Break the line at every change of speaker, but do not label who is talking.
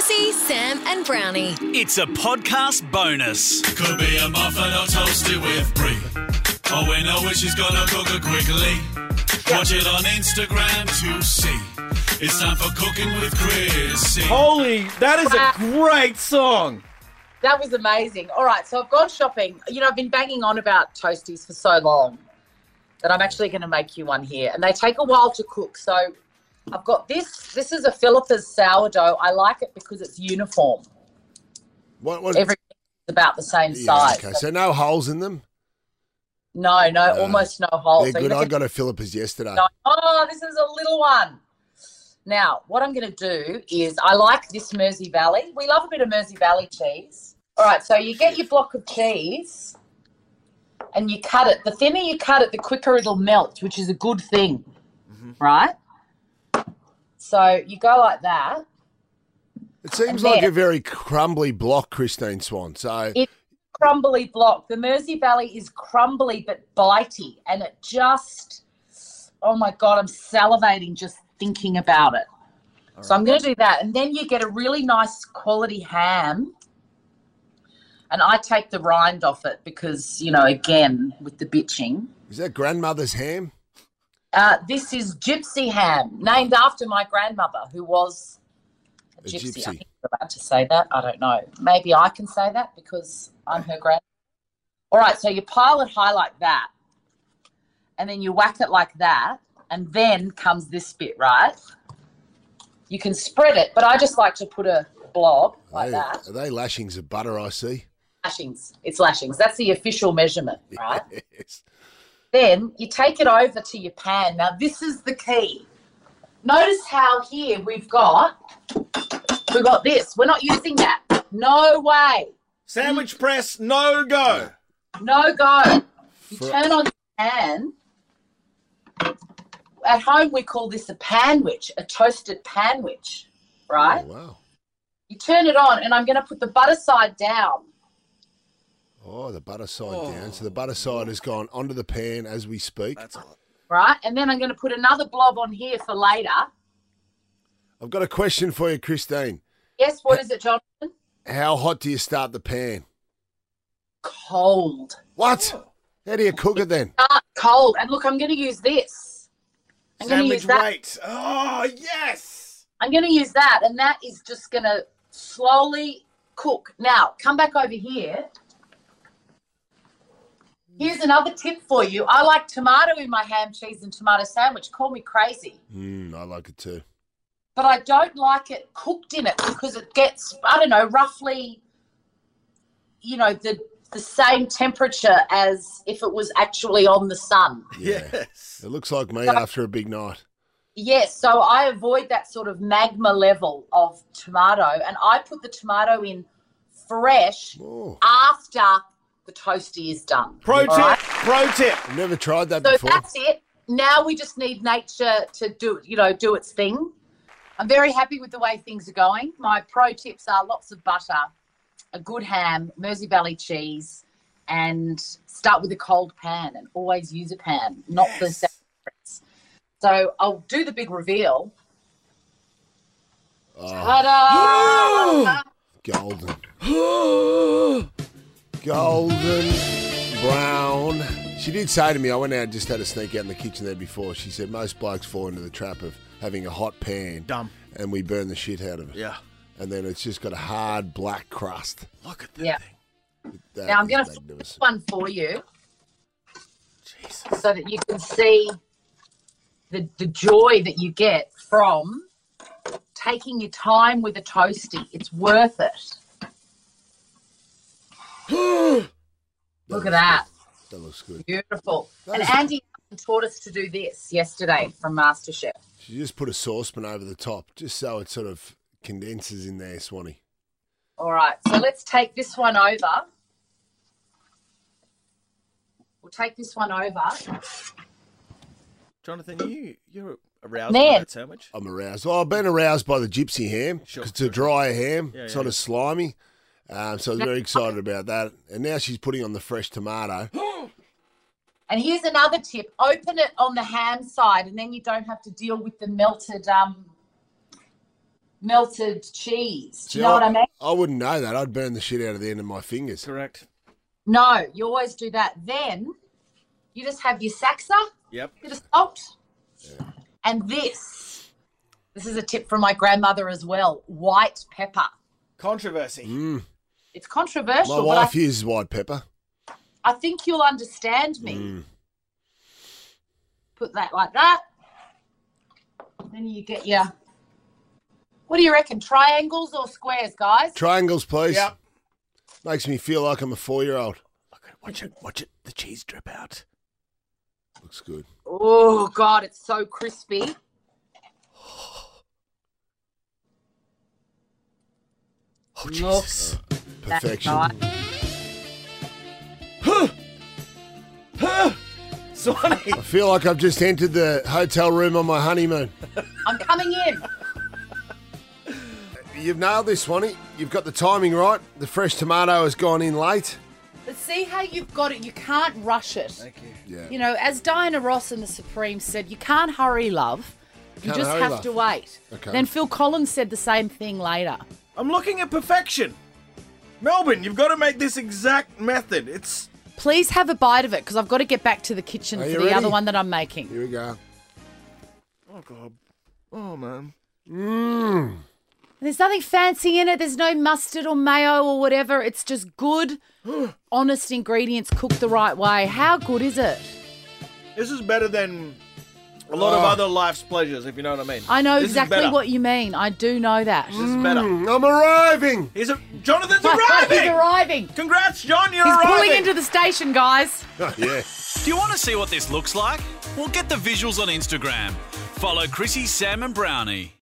Sam and Brownie.
It's a podcast bonus.
Could be a muffin or toasted with brie. Oh, we know what she's gonna cook it quickly. Watch it on Instagram to see. It's time for cooking with Chrissy.
Holy, that is a great song.
That was amazing. All right, so I've gone shopping. You know, I've been banging on about toasties for so long that I'm actually going to make you one here, and they take a while to cook. So I've got this. This is a Philippa's sourdough. I like it because it's uniform.
What, what,
Everything's about the same
yeah,
size.
Okay, so no holes in them.
no, no, almost no hole.
They're
Oh, So you
good.
look
I
at
got a Philippa's yesterday.
going, oh, this is a little one. Now, what I'm going to do is I like this Mersey Valley. We love a bit of Mersey Valley cheese. All right, so you get your block of cheese and you cut it. The thinner you cut it, the quicker it'll melt, which is a good thing, right? So you go like that.
It seems like
there.
a very crumbly block, Christine Swan. So
It- Crumbly block. The Mersey Valley is crumbly but bitey, and it just, oh my God, I'm salivating just thinking about it. So I'm going to do that. And then you get a really nice quality ham. And I take the rind off it because, you know, again, with the bitching.
is that grandmother's ham?
Uh, this is gypsy ham, named after my grandmother, who was a
A
gypsy.
gypsy.
I think you're allowed to say that. I don't know. Maybe I can say that because I'm her grand. All right, so you pile it high like that, and then you whack it like that, and then comes this bit, right? You can spread it, but I just like to put a blob like
They-
that.
Are they lashings of butter? I see.
Lashings. It's lashings. That's the official measurement, right?
Yes.
Then you take it over to your pan. Now, this is the key. Notice how here we've got we've got this. We're not using that. No way.
Sandwich
Mm.
press, no go.
No go. You
Fr-
turn on your pan. At home we call this a panwich, a toasted panwich,
Oh,
right?
wow.
You turn it on and I'm going to put the butter side down.
Oh, the butter side down. So the butter side has gone onto the pan as we speak.
That's all.
Right, and then I'm going to put another blob on here for later.
I've got a question for you, Christine.
Yes, what is it, Jonathan?
How hot do you start the pan?
Cold.
What? How do you cook it then?
dark cold. And look, I'm going to use this. I'm going to use
Sandwich
that.
weight. Oh, yes.
I'm going to use that, and that is just going to slowly cook. Now, come back over here. Here's another tip for you. I like tomato in my ham, cheese, and tomato sandwich. Call me crazy,
Mm, I like it too.
but I don't like it cooked in it because it gets, I don't know, roughly, you know, the the same temperature as if it was actually on the sun.
Yeah.
Yes.
It looks like me after a big night.
Yes, so I avoid that sort of magma level of tomato, and I put the tomato in fresh
Oh,
after the toasty is done.
Pro tip.
All right?
Pro tip.
I've never tried that
So
before.
that's it. Now we just need nature to do, you know, do its thing. I'm very happy with the way things are going. My pro tips are lots of butter, a good ham, Mersey Valley cheese, and start with a cold pan and always use a pan, not the
Yes.
separate. So I'll do the big reveal.
Oh,
Ta-da!
golden. golden brown. She did say to me, I went out and just had a sneak out in the kitchen there before. She said, most blokes fall into the trap of having a hot pan.
Dumb.
And we burn the shit out of it.
Yeah.
And then it's just got a hard black crust.
Look at that
Yeah.
thing.
That
Now I'm
is
going to flip this
magnificent.
one for you
Jesus.
so that you can see the, the joy that you get from taking your time with a toasty. It's worth it. Look at that.
That looks good.
Beautiful. And
Those-
Andy taught us to do this yesterday from MasterChef.
She just put a saucepan over the top just so it sort of condenses in there, Swanee.
All right, so let's take this one over. We'll take this one over.
Jonathan, you, you're aroused
Man.
by that sandwich.
I'm aroused. Well, I've been aroused by the gypsy ham 'cause it's a drier ham,
Yeah, yeah,
sort of slimy. Um, so I was very excited about that. And now she's putting on the fresh tomato.
And here's another tip: open it on the ham side, and then you don't have to deal with the melted um, melted cheese. Do you
See,
know what I mean?
I wouldn't know that. I'd burn the shit out of the end of my fingers.
Correct.
No, you always do that. Then you just have your saxa,
Yep.
bit of salt, and this. This is a tip from my grandmother as well. White pepper.
Controversy.
Mm.
It's
My
controversial,
wife
but
uses white
I,
pepper.
I think you'll understand me.
Mm.
Put that like that. Then you get your. What do you reckon? Triangles or squares, guys?
Triangles, please.
Yep.
Makes me feel like I'm a four year old.
Okay, watch it. Watch it. The cheese drip out.
Looks good.
Oh God, it's so crispy.
Oh,
Jesus. That's
Perfection.
right.
Sonny.
I feel like I've just entered the hotel room on my honeymoon.
I'm coming in.
You've nailed this, Swanee. You've got the timing right. The fresh tomato has gone in late.
But see how you've got it. You can't rush it.
Yeah.
You know, as Diana Ross and the Supremes said, you can't hurry love. You
Can't
just
hurry
have
love.
to wait.
Okay.
Then Phil Collins said the same thing later.
I'm looking at perfection. Melbourne, you've got to make this exact method. It's
Please have a bite of it because I've got to get back to the kitchen
Are
for
you
the
ready?
other one that I'm making.
Here we go.
oh god, oh man.
Mmm.
There's nothing fancy in it. There's no mustard or mayo or whatever. It's just good, honest ingredients cooked the right way. How good is it?
This is better than a lot of
Oh.
other life's pleasures, if you know what I mean.
I know
This is
exactly
better.
what you mean. I do know that.
This is better.
Mm, I'm arriving.
He's a Jonathan's
He's
arriving.
arriving.
Congrats, John. You're
He's
arriving.
pulling into the station, guys.
Oh, yeah.
Do you want to see what this looks like? Well, get the visuals on Instagram. Follow Chrissy, Sam, and Brownie.